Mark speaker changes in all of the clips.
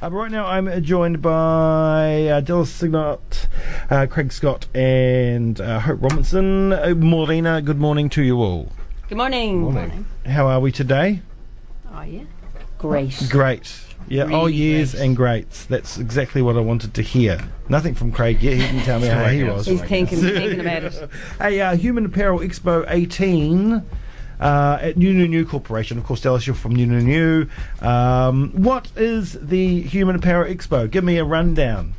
Speaker 1: Uh, but right now, I'm joined by uh, Dylan Signot, uh, Craig Scott, and uh, Hope Robinson. Uh, Morena, good morning to you all.
Speaker 2: Good morning.
Speaker 1: How are we today?
Speaker 2: Oh yeah. Great.
Speaker 1: Great. Yeah. oh,
Speaker 2: Really
Speaker 1: years
Speaker 2: great.
Speaker 1: and greats. That's exactly what I wanted to hear. Nothing from Craig yet. He didn't tell me how he was.
Speaker 2: He's thinking, thinking about it.
Speaker 1: a uh, Human Apparel Expo 18 uh, at New New New Corporation. Of course, Dallas, you're from New New New. Um, what is the Human Apparel Expo? Give me a rundown.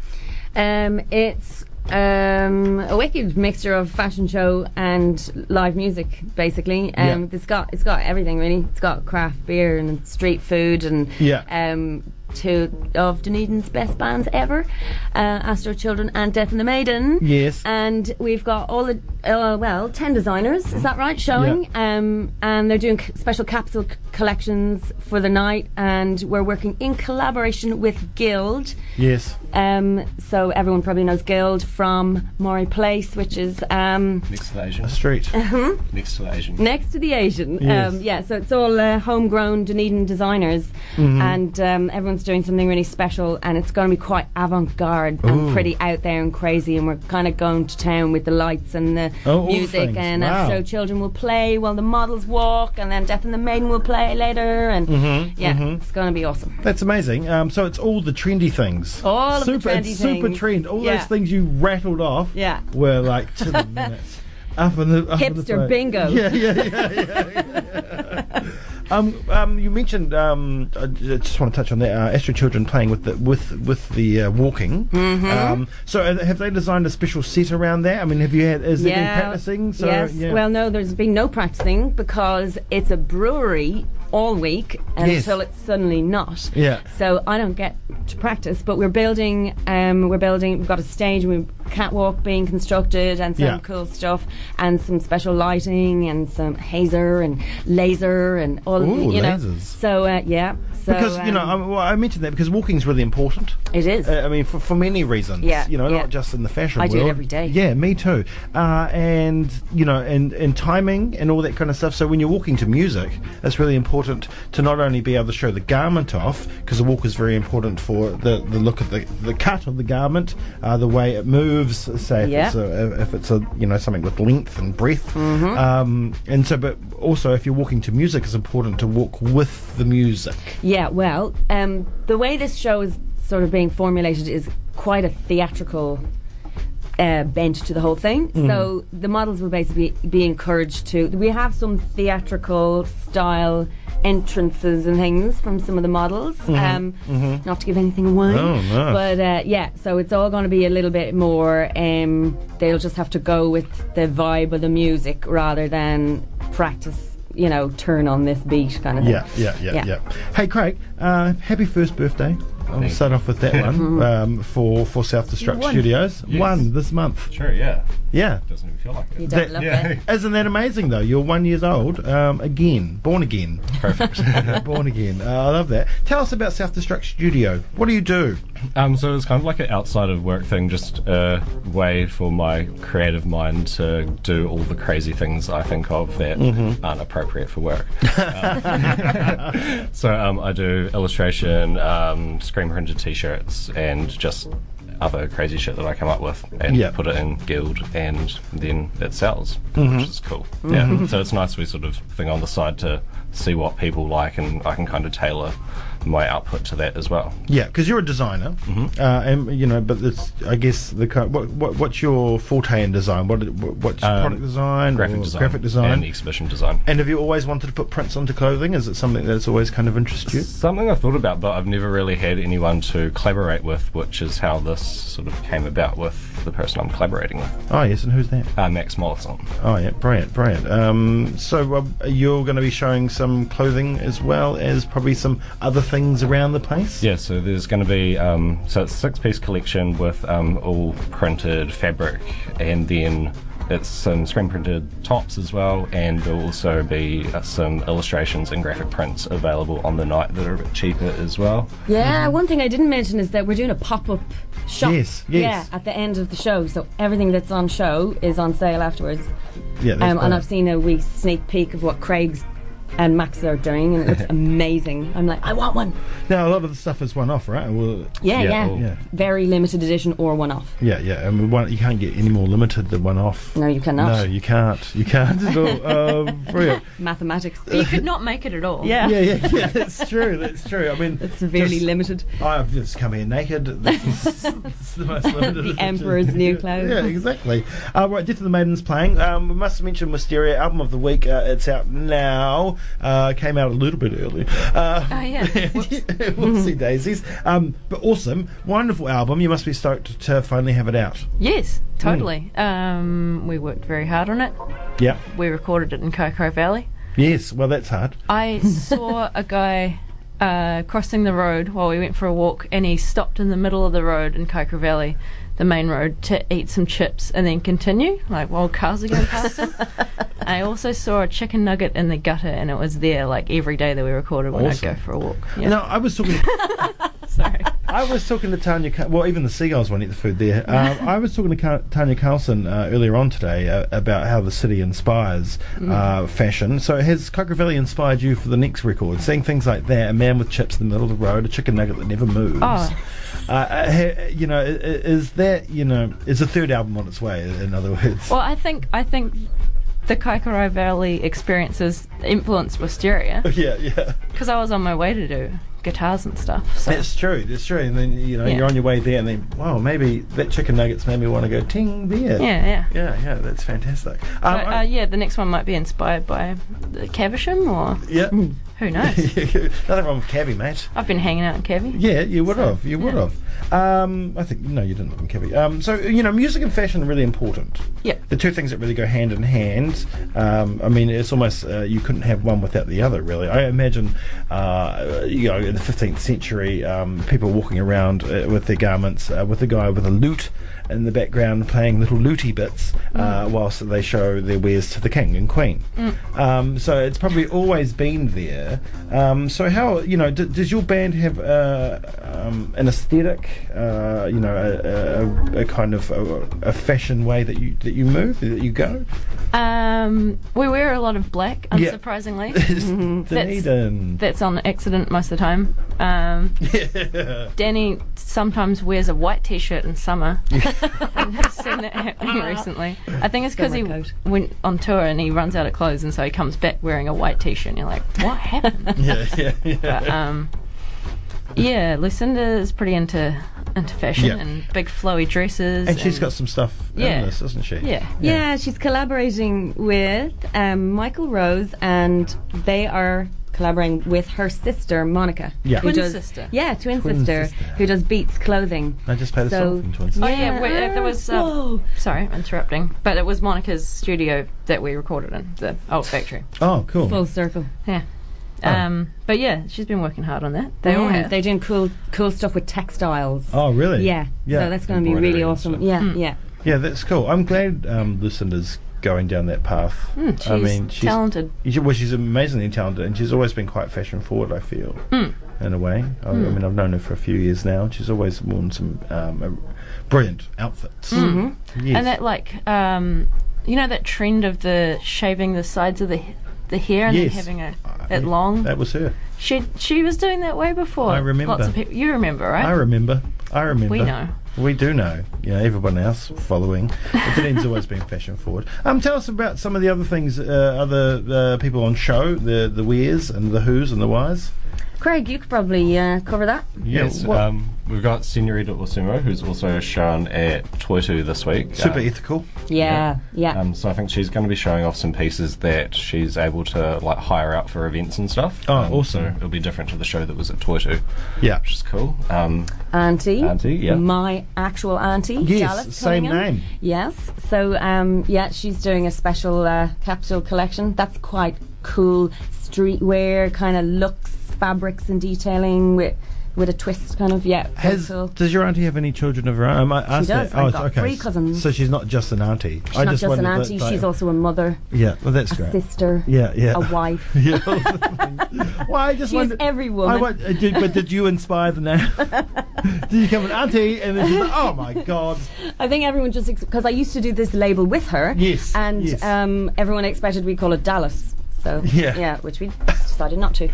Speaker 3: Um, it's um, a wicked mixture of fashion show and live music, basically. Um,
Speaker 1: Yeah.
Speaker 3: It's got it's got everything really. It's got craft beer and street food and
Speaker 1: Yeah.
Speaker 3: um, two of Dunedin's best bands ever, uh, Astro Children and Death and the Maiden.
Speaker 1: Yes.
Speaker 3: And we've got all the uh, well ten designers. Is that right? Showing. Um, and they're doing c- special capsule c- collections for the night, and we're working in collaboration with Guild.
Speaker 1: Yes.
Speaker 3: Um, so everyone probably knows Guild from Moray Place, which is um,
Speaker 4: Next to the Asian.
Speaker 1: A street.
Speaker 4: Next to the Asian.
Speaker 3: next to the Asian.
Speaker 1: Yes.
Speaker 3: Um, yeah, so it's all uh, homegrown Dunedin designers,
Speaker 1: Mm-hmm.
Speaker 3: and um, everyone's doing something really special, and it's going to be quite avant-garde
Speaker 1: Ooh.
Speaker 3: and pretty out there and crazy, and we're kind of going to town with the lights and the
Speaker 1: Oh, all the
Speaker 3: music,
Speaker 1: things.
Speaker 3: and
Speaker 1: Wow.
Speaker 3: Astro Children will play while the models walk, and then Death and the Maiden will play later, and
Speaker 1: Mm-hmm.
Speaker 3: yeah, it's going to be awesome.
Speaker 1: That's amazing. Um, so it's all the trendy things.
Speaker 3: All of the
Speaker 1: super,
Speaker 3: trendy
Speaker 1: it's Super
Speaker 3: things.
Speaker 1: trend. All
Speaker 3: Yeah.
Speaker 1: those things you rattled off
Speaker 3: Yeah.
Speaker 1: were like to the minute. Up in the, up in the
Speaker 3: Hipster
Speaker 1: throat.
Speaker 3: bingo.
Speaker 1: Yeah, yeah, yeah. yeah, yeah. um, um, you mentioned. Um, I j- just want to touch on that. Uh, Astro Children playing with the with with the uh, walking.
Speaker 3: Mm-hmm.
Speaker 1: Um, so uh, have they designed a special set around that? I mean, have you had? Is there been practicing? So,
Speaker 3: yes.
Speaker 1: yeah.
Speaker 3: Well, no, there's been no practicing because it's a brewery all week
Speaker 1: Yes.
Speaker 3: until it's suddenly not.
Speaker 1: Yeah.
Speaker 3: So I don't get to practice, but we're building. Um, we're building. We've got a stage. We've catwalk being constructed and some
Speaker 1: Yeah.
Speaker 3: cool stuff and some special lighting and some hazer and laser and all.
Speaker 1: Ooh,
Speaker 3: you know.
Speaker 1: lasers.
Speaker 3: So uh, yeah. So
Speaker 1: because you know, I,
Speaker 3: um,
Speaker 1: well, I mentioned that because walking is really important.
Speaker 3: it is.
Speaker 1: Uh, I mean, for, for many reasons.
Speaker 3: Yeah,
Speaker 1: You know,
Speaker 3: yeah.
Speaker 1: not just in the fashion
Speaker 3: I do
Speaker 1: world.
Speaker 3: it every day.
Speaker 1: Yeah, me too. Uh, and you know, and and timing and all that kind of stuff. So when you're walking to music, it's really important to not only be able to show the garment off, because the walk is very important for the, the look of the the cut of the garment, uh, the way it moves. Say if
Speaker 3: Yeah.
Speaker 1: it's a, if it's a you know something with length and breadth.
Speaker 3: Mm-hmm.
Speaker 1: Um, and so, but also if you're walking to music, it's important to walk with the music.
Speaker 3: Yeah, well, um, the way this show is sort of being formulated is quite a theatrical uh, bent to the whole thing.
Speaker 1: Mm.
Speaker 3: So the models will basically be encouraged to. We have some theatrical style entrances and things from some of the models. Um, Not to give anything away.
Speaker 1: Mm-hmm. Oh, nice.
Speaker 3: But uh, yeah, so it's all going to be a little bit more. Um, they'll just have to go with the vibe of the music rather than practice. You know, turn on this beat kind of thing.
Speaker 1: Yeah, yeah, yeah, yeah.
Speaker 3: Yeah.
Speaker 1: Hey, Craig, uh, happy first birthday. I'll
Speaker 4: Thank
Speaker 1: start off with that one um, for, for Self Destruct
Speaker 3: won.
Speaker 1: Studios.
Speaker 4: Yes.
Speaker 1: One this month.
Speaker 4: Sure, yeah.
Speaker 1: Yeah.
Speaker 4: Doesn't even feel like
Speaker 3: You
Speaker 4: it.
Speaker 3: don't
Speaker 1: That-
Speaker 3: love
Speaker 4: Yeah.
Speaker 3: it.
Speaker 1: Isn't that amazing, though? You're one years old um, again, born again.
Speaker 4: Perfect.
Speaker 1: born again. Uh, I love that. Tell us about Self Destruct Studio. What do you do?
Speaker 4: um, so it's kind of like an outside of work thing, just a way for my creative mind to do all the crazy things I think of that aren't appropriate for work. Um, so um, I do illustration, um, screen printed t-shirts, and just other crazy shit that I come up with and
Speaker 1: Yeah.
Speaker 4: put it in Guild and then it sells, which is cool. Yeah. So it's nice we sort of thing on the side to see what people like and I can kind of tailor my output to that as well.
Speaker 1: Yeah, because you're a designer,
Speaker 4: Mm-hmm.
Speaker 1: uh, and you know, but it's, I guess the kind- what, what what's your forte in design? What what's
Speaker 4: Um,
Speaker 1: product design,
Speaker 4: Graphic
Speaker 1: or
Speaker 4: design,
Speaker 1: graphic design,
Speaker 4: and exhibition design.
Speaker 1: And have you always wanted to put prints onto clothing? Is it something that's always kind of interested you?
Speaker 4: Something I've thought about, but I've never really had anyone to collaborate with, which is how this sort of came about with the person I'm collaborating with,
Speaker 1: Oh yes, and who's that?
Speaker 4: uh, Max Mollison.
Speaker 1: Oh yeah, brilliant, brilliant. Um, so uh, you're going to be showing some clothing as well as probably some other things around the place.
Speaker 4: Yeah, so there's going to be um, so it's six piece collection with um, all printed fabric, and then it's some screen printed tops as well, and there'll also be uh, some illustrations and graphic prints available on the night that are a bit cheaper as well.
Speaker 3: Yeah, one thing I didn't mention is that we're doing a pop up shop.
Speaker 1: Yes, yes.
Speaker 3: Yeah, at the end of the show. So everything that's on show is on sale afterwards.
Speaker 1: yeah. that's
Speaker 3: Um, and
Speaker 1: brilliant.
Speaker 3: I've seen a wee sneak peek of what Craig's and Max are doing, and it looks amazing. I'm like, I want one.
Speaker 1: Now a lot of the stuff is one off, right? Well,
Speaker 3: Yeah,
Speaker 4: Yeah,
Speaker 3: yeah.
Speaker 4: oh.
Speaker 1: Yeah.
Speaker 3: Very limited edition or one off.
Speaker 1: yeah, yeah. I mean, one, you can't get any more limited than one off.
Speaker 3: No, you cannot.
Speaker 1: No, you can't. You can't at all. Um, brilliant.
Speaker 3: Mathematics.
Speaker 2: But you could not make it at all.
Speaker 3: yeah.
Speaker 1: Yeah, yeah, yeah. That's true. That's true. I mean,
Speaker 3: It's severely
Speaker 1: just-
Speaker 3: limited.
Speaker 1: I've just come here naked. This is, this is the most limited edition.
Speaker 3: Emperor's New Clothes.
Speaker 1: Yeah, exactly. Uh, right, Death of the Maidens playing. Um, we must mention Wisteria, album of the week. Uh, it's out now. Uh, came out a little bit early. Uh,
Speaker 2: Oh, yeah. Whoops.
Speaker 1: Whoopsie daisies. Um, but awesome. Wonderful album. You must be stoked to finally have it out.
Speaker 2: Yes, totally. Um, we worked very hard on it.
Speaker 1: Yeah.
Speaker 2: We recorded it in Cocoa Valley.
Speaker 1: Yes, well, that's hard.
Speaker 2: I saw a guy uh, crossing the road while we went for a walk, and he stopped in the middle of the road in Cocoa Valley, the main road, to eat some chips and then continue, like while cars are going past him. I also saw a chicken nugget in the gutter, and it was there like every day that we recorded when
Speaker 1: Awesome.
Speaker 2: I'd go for a walk. Yeah,
Speaker 1: No, I was talking.
Speaker 2: sorry.
Speaker 1: I was talking to Tanya. Ca- Well, even the seagulls won't eat the food there. Um, I was talking to Ca- Tanya Carlson uh, earlier on today uh, about how the city inspires
Speaker 2: Mm.
Speaker 1: uh, fashion. So, has Cocker Valley inspired you for the next record? Seeing things like that—a man with chips in the middle of the road, a chicken nugget that never moves.
Speaker 2: Oh.
Speaker 1: Uh, uh, ha- you know, i- i- is that you know is the third album on its way? In other words,
Speaker 2: Well, I think I think the Kaikorai Valley experiences influenced Wisteria
Speaker 1: yeah, yeah.
Speaker 2: because I was on my way to do guitars and stuff. So.
Speaker 1: That's true. That's true. And then you know
Speaker 2: Yeah.
Speaker 1: you're on your way there, and then wow, maybe that chicken nuggets made me want to go ting there.
Speaker 2: yeah, yeah.
Speaker 1: yeah, yeah. That's fantastic. Um,
Speaker 2: So,
Speaker 1: I-
Speaker 2: uh, yeah, the next one might be inspired by the Cavisham or
Speaker 1: Yeah.
Speaker 2: who knows.
Speaker 1: Nothing wrong with cabby, mate.
Speaker 2: I've been hanging out in Cavi.
Speaker 1: Yeah, you would have. You would have. Um, I think no, you didn't live in cabby. Um, so you know, music and fashion are really important.
Speaker 2: Yeah.
Speaker 1: The two things that really go hand in hand. Um, I mean, it's almost uh, you couldn't have one without the other. Really, I imagine, uh, you know, in the 15th century, um, people walking around uh, with their garments, uh, with a guy with a lute in the background playing little lutey bits, uh, whilst they show their wares to the king and queen. Um, so it's probably always been there. Um, so how you know? D- does your band have uh, um, an aesthetic? Uh, you know, a, a, a kind of a, a fashion way that you that you move that you go.
Speaker 2: Um, we wear a lot of black,
Speaker 1: Yeah.
Speaker 2: unsurprisingly.
Speaker 1: Mm-hmm.
Speaker 2: That's-
Speaker 1: Dunedin.
Speaker 2: That's on accident most of the time. Um, Danny sometimes wears a white t-shirt in summer. I've seen that happening recently. I think it's because he
Speaker 3: Summer coat.
Speaker 2: went on tour and he runs out of clothes, and so he comes back wearing a white t-shirt. And you're like, what happened?
Speaker 1: Yeah, yeah, yeah.
Speaker 2: but, um, yeah, Lucinda is pretty into into fashion
Speaker 1: Yeah.
Speaker 2: and big flowy dresses.
Speaker 1: And she's got some stuff
Speaker 2: Yeah.
Speaker 1: in this, doesn't she?
Speaker 2: yeah.
Speaker 3: Yeah, she's collaborating with um, Michael Rose, and they are collaborating with her sister Monica.
Speaker 1: Yeah.
Speaker 3: who
Speaker 2: Twin
Speaker 3: does-
Speaker 2: sister.
Speaker 3: Yeah, twin,
Speaker 1: Twin
Speaker 3: sister,
Speaker 1: sister.
Speaker 3: who does Beats clothing.
Speaker 1: I just played a
Speaker 3: So-
Speaker 1: song from Twins.
Speaker 2: Oh yeah, we, uh, there was. Uh,
Speaker 3: Whoa.
Speaker 2: Sorry, I'm interrupting. But it was Monica's studio that we recorded in the old factory.
Speaker 1: Oh, cool.
Speaker 3: Full circle.
Speaker 2: Yeah.
Speaker 1: Oh.
Speaker 2: Um, but yeah, she's been working hard on that. They all
Speaker 3: Yeah,
Speaker 2: have.
Speaker 3: They're doing cool, cool stuff with textiles.
Speaker 1: Oh, really?
Speaker 3: Yeah. So that's going to be
Speaker 1: Embroidery
Speaker 3: really
Speaker 1: and
Speaker 3: awesome.
Speaker 1: stuff.
Speaker 3: Yeah,
Speaker 2: Hmm.
Speaker 3: yeah.
Speaker 1: Yeah, that's cool. I'm glad um, Lucinda's going down that path.
Speaker 2: Mm, she's
Speaker 1: I mean, she's
Speaker 2: talented.
Speaker 1: she- Well, she's amazingly talented, and she's always been quite fashion forward. I feel, in a way. I, I mean, I've known her for a few years now. and She's always worn some um, uh, brilliant outfits. Mm-hmm. Yes.
Speaker 2: And that like, um, you know, that trend of the shaving the sides of the h- the hair and
Speaker 1: Yes.
Speaker 2: then having a
Speaker 1: I-
Speaker 2: it long.
Speaker 1: That was her.
Speaker 2: She she was doing that way before.
Speaker 1: I remember.
Speaker 2: Lots of people. You remember, right?
Speaker 1: I remember. I remember.
Speaker 2: We know.
Speaker 1: We do know. Yeah, everyone else following. But Dunedin's always been fashion forward. Um, tell us about some of the other things, uh, other uh, people on show, the the wheres and the who's and the whys.
Speaker 3: Craig, you could probably uh, cover that.
Speaker 4: Yes,
Speaker 1: what-
Speaker 4: um, we've got Senorita Osumo, who's also shown at Toitu this week.
Speaker 1: Super
Speaker 4: Um,
Speaker 1: ethical.
Speaker 3: Yeah, yeah.
Speaker 4: Um, so I think she's going to be showing off some pieces that she's able to like hire out for events and stuff.
Speaker 1: Oh,
Speaker 4: um,
Speaker 1: awesome.
Speaker 4: So it'll be different to the show that was at Toitu,
Speaker 1: Yeah.
Speaker 4: which is cool. Um,
Speaker 3: auntie.
Speaker 4: Auntie, yeah.
Speaker 3: My actual auntie.
Speaker 1: Yes,
Speaker 3: Dallas
Speaker 1: same
Speaker 3: Cunningham.
Speaker 1: name.
Speaker 3: Yes. So, um, yeah, she's doing a special uh, capsule collection. That's quite cool streetwear kind of looks, fabrics and detailing with with a twist, kind of. Yeah. quite
Speaker 1: Has,
Speaker 3: cool.
Speaker 1: does your auntie have any children of her own? Am I asked
Speaker 3: does.
Speaker 1: that?
Speaker 3: I've
Speaker 1: it's-
Speaker 3: got three cousins.
Speaker 1: So she's not just an auntie.
Speaker 3: She's not just an auntie. she's also a mother,
Speaker 1: Yeah, well, that's
Speaker 3: a
Speaker 1: great.
Speaker 3: sister,
Speaker 1: Yeah, yeah.
Speaker 3: a wife.
Speaker 1: Yeah. well, I just
Speaker 3: She's
Speaker 1: wondered.
Speaker 3: every woman.
Speaker 1: I won- uh, did, but did you inspire the name? did you come an auntie and then she's like, oh my god.
Speaker 3: I think everyone just because I used to do this label with her.
Speaker 1: Yes,
Speaker 3: And
Speaker 1: yes.
Speaker 3: Um, everyone expected we call it Dallas. So
Speaker 1: Yeah.
Speaker 3: which we decided not to.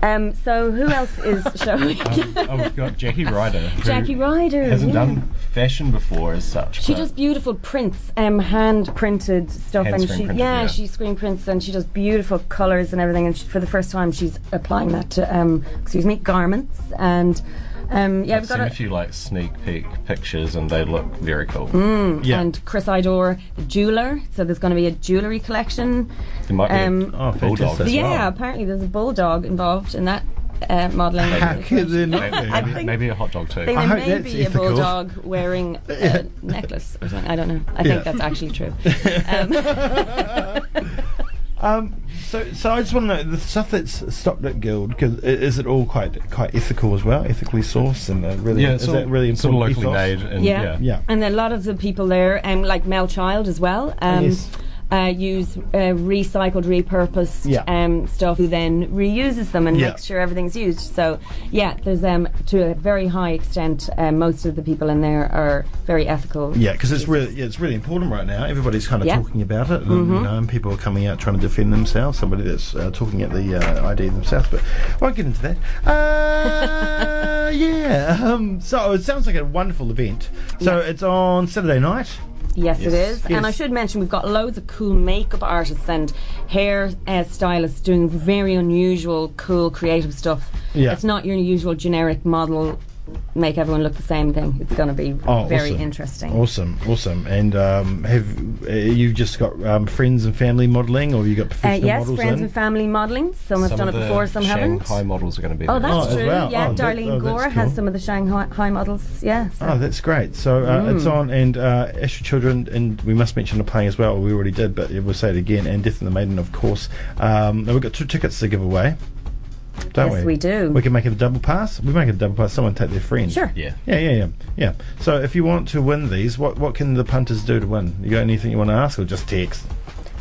Speaker 3: Um, so who else is showing?
Speaker 4: oh, we've got Jackie Ryder. who
Speaker 3: Jackie Ryder.
Speaker 4: Hasn't
Speaker 3: yeah.
Speaker 4: done fashion before as such.
Speaker 3: She
Speaker 4: but-
Speaker 3: does beautiful prints, um, hand printed stuff,
Speaker 4: Hand
Speaker 3: and
Speaker 4: screen
Speaker 3: she
Speaker 4: printed,
Speaker 3: yeah,
Speaker 4: yeah.
Speaker 3: she screen prints and she does beautiful colors and everything. And she, for the first time, she's applying that to um, excuse me, garments and um, yeah,
Speaker 4: I've
Speaker 3: we've
Speaker 4: seen
Speaker 3: got
Speaker 4: a
Speaker 3: a,
Speaker 4: few like sneak peek pictures and they look very cool.
Speaker 3: Mm,
Speaker 1: Yeah.
Speaker 3: and Chris Idor, the jeweler. So there's going to be a jewelry collection.
Speaker 4: There might be
Speaker 3: Um,
Speaker 4: a
Speaker 1: Oh,
Speaker 4: bulldog
Speaker 1: fantastic.
Speaker 4: as
Speaker 3: yeah,
Speaker 4: well.
Speaker 3: apparently there's a bulldog involved in that uh, modeling.
Speaker 1: How could there Ah, not
Speaker 4: Maybe,
Speaker 1: be?
Speaker 4: maybe-
Speaker 3: think-
Speaker 4: maybe a hot dog too.
Speaker 3: There
Speaker 1: I hope
Speaker 3: may
Speaker 1: that's
Speaker 3: be a
Speaker 1: ethical.
Speaker 3: bulldog wearing a necklace or something. I don't know.
Speaker 1: Yeah.
Speaker 3: I think that's actually true.
Speaker 1: Um, so, so I just want to know the stuff that's stopped at Guild. Cause i- is it all quite quite ethical as well, ethically sourced, and uh, really
Speaker 4: yeah,
Speaker 1: is
Speaker 4: it's all,
Speaker 1: that really
Speaker 4: it's all
Speaker 1: important?
Speaker 4: locally
Speaker 1: ethos?
Speaker 4: made. And,
Speaker 3: Yeah.
Speaker 4: yeah.
Speaker 1: Yeah.
Speaker 3: And a lot of the people there, um, like Mel Child as well, um,
Speaker 1: Oh, Yes.
Speaker 3: uh, use uh, recycled, repurposed
Speaker 1: Yeah.
Speaker 3: um, stuff, who then reuses them and
Speaker 1: Yeah.
Speaker 3: makes sure everything's used. So, yeah, there's um, to a very high extent, um, most of the people in there are very ethical.
Speaker 1: Yeah, because it's really yeah, it's really important right now. Everybody's kind of
Speaker 3: Yeah. Mm-hmm.
Speaker 1: talking about it, and, you know, and people are coming out trying to defend themselves. Somebody that's uh, talking at the uh, ID themselves, but I won't get into that. Uh, yeah. Um, so it sounds like a wonderful event. So it's on Saturday night.
Speaker 3: Yes, it
Speaker 1: Yes.
Speaker 3: is.
Speaker 1: Yes.
Speaker 3: And I should mention we've got loads of cool makeup artists and hair uh, stylists doing very unusual, cool, creative stuff.
Speaker 1: Yeah.
Speaker 3: It's not your usual generic model make everyone look the same thing. It's going to be
Speaker 1: Oh,
Speaker 3: very
Speaker 1: awesome.
Speaker 3: interesting.
Speaker 1: Awesome, awesome. And um, have uh, you just got um, friends and family modelling, or you got
Speaker 3: Uh,
Speaker 1: professional
Speaker 3: yes,
Speaker 1: models
Speaker 3: friends
Speaker 1: in?
Speaker 3: and family modelling. Some, have
Speaker 4: Some
Speaker 3: done
Speaker 4: of
Speaker 3: it
Speaker 4: the
Speaker 3: before, some haven't.
Speaker 4: Shanghai models are going to be
Speaker 3: Oh,
Speaker 4: there.
Speaker 3: that's
Speaker 1: as
Speaker 3: true.
Speaker 1: well.
Speaker 3: Yeah,
Speaker 1: Oh, that-
Speaker 3: Darlene
Speaker 1: oh, that's
Speaker 3: Gore has
Speaker 1: cool.
Speaker 3: some of the Shanghai high models. Yeah. So.
Speaker 1: Oh, that's great. So uh, it's
Speaker 3: Mm.
Speaker 1: on, and uh, Astro Children, and we must mention the playing as well. We already did, but we'll say it again. And Death in the Maiden, of course. Um, and we've got two tickets to give away, don't we?
Speaker 3: Yes, we do.
Speaker 1: We can make it a double pass. We make it a double pass. Someone take their friend.
Speaker 3: Sure.
Speaker 4: Yeah.
Speaker 1: Yeah, yeah, yeah, yeah. So if you want to win these, what what can the punters do to win? You got anything you want to ask, or just text?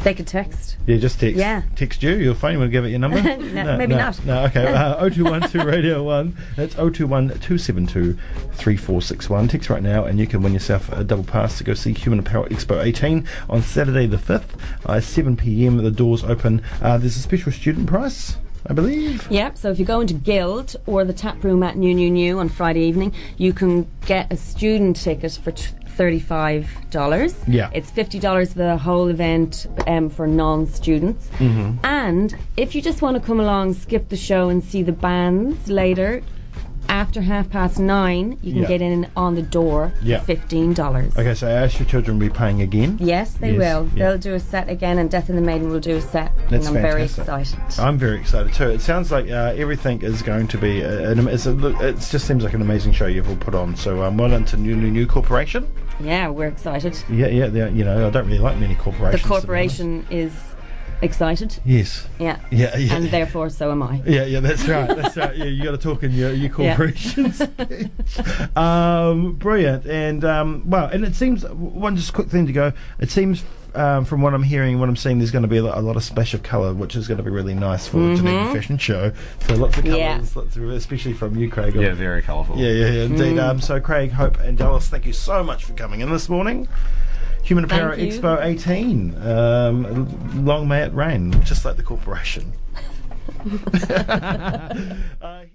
Speaker 3: They could text.
Speaker 1: Yeah, just text.
Speaker 3: Yeah.
Speaker 1: Text you. Your phone. You want to give it your number?
Speaker 3: No, maybe not.
Speaker 1: No. Okay. Uh, 0212 Radio One. That's 021 272 3461. Text right now, and you can win yourself a double pass to go see Human Apparel Expo 18 on Saturday the 5th, uh, 7 p.m. The doors open. Uh, there's a special student price, I believe.
Speaker 3: Yep. So if you go into Guild or the tap room at New New New on Friday evening, you can get a student ticket for t- thirty-five dollars.
Speaker 1: Yeah.
Speaker 3: It's fifty dollars for the whole event um, for non-students.
Speaker 1: Mm-hmm.
Speaker 3: And if you just want to come along, skip the show and see the bands later. After half past nine, you can
Speaker 1: Yeah.
Speaker 3: get in on the door
Speaker 1: Yeah.
Speaker 3: for fifteen dollars.
Speaker 1: Okay, so I ask your children will be paying again.
Speaker 3: Yes, they
Speaker 1: Yes,
Speaker 3: will.
Speaker 1: yeah.
Speaker 3: They'll do a set again, and Death in the Maiden will do a set.
Speaker 1: That's
Speaker 3: and I'm
Speaker 1: fantastic.
Speaker 3: very excited.
Speaker 1: I'm very excited too. It sounds like uh, everything is going to be. uh, An, am- it's a, look, it just seems like an amazing show you've all put on. So um, well done to New New New Corporation.
Speaker 3: yeah, we're excited.
Speaker 1: Yeah, yeah, they're- you know, I don't really like many
Speaker 3: the
Speaker 1: corporations. to be honest.
Speaker 3: corporation is excited.
Speaker 1: Yes.
Speaker 3: Yeah.
Speaker 1: Yeah, yeah.
Speaker 3: And therefore, so am I.
Speaker 1: yeah, yeah, that's right. That's right. Yeah, you got to talk in your, your corporations. um, brilliant. And, um, well, and it seems, one just quick thing to go, it seems um, from what I'm hearing, what I'm seeing, there's going to be a lot, a lot of splash of colour, which is going to be really nice for the Geneva Fashion Show. So lots of colours,
Speaker 3: Mm-hmm. Yeah.
Speaker 1: lots of, especially from you, Craig.
Speaker 4: Yeah, very colourful.
Speaker 1: Yeah, yeah, yeah, indeed. Um, so, Craig, Hope, and Dallas, thank you so much for coming in this morning. Human Apparel
Speaker 3: Thank you.
Speaker 1: Expo 18. Um, l- long may it rain, just like the corporation. Uh,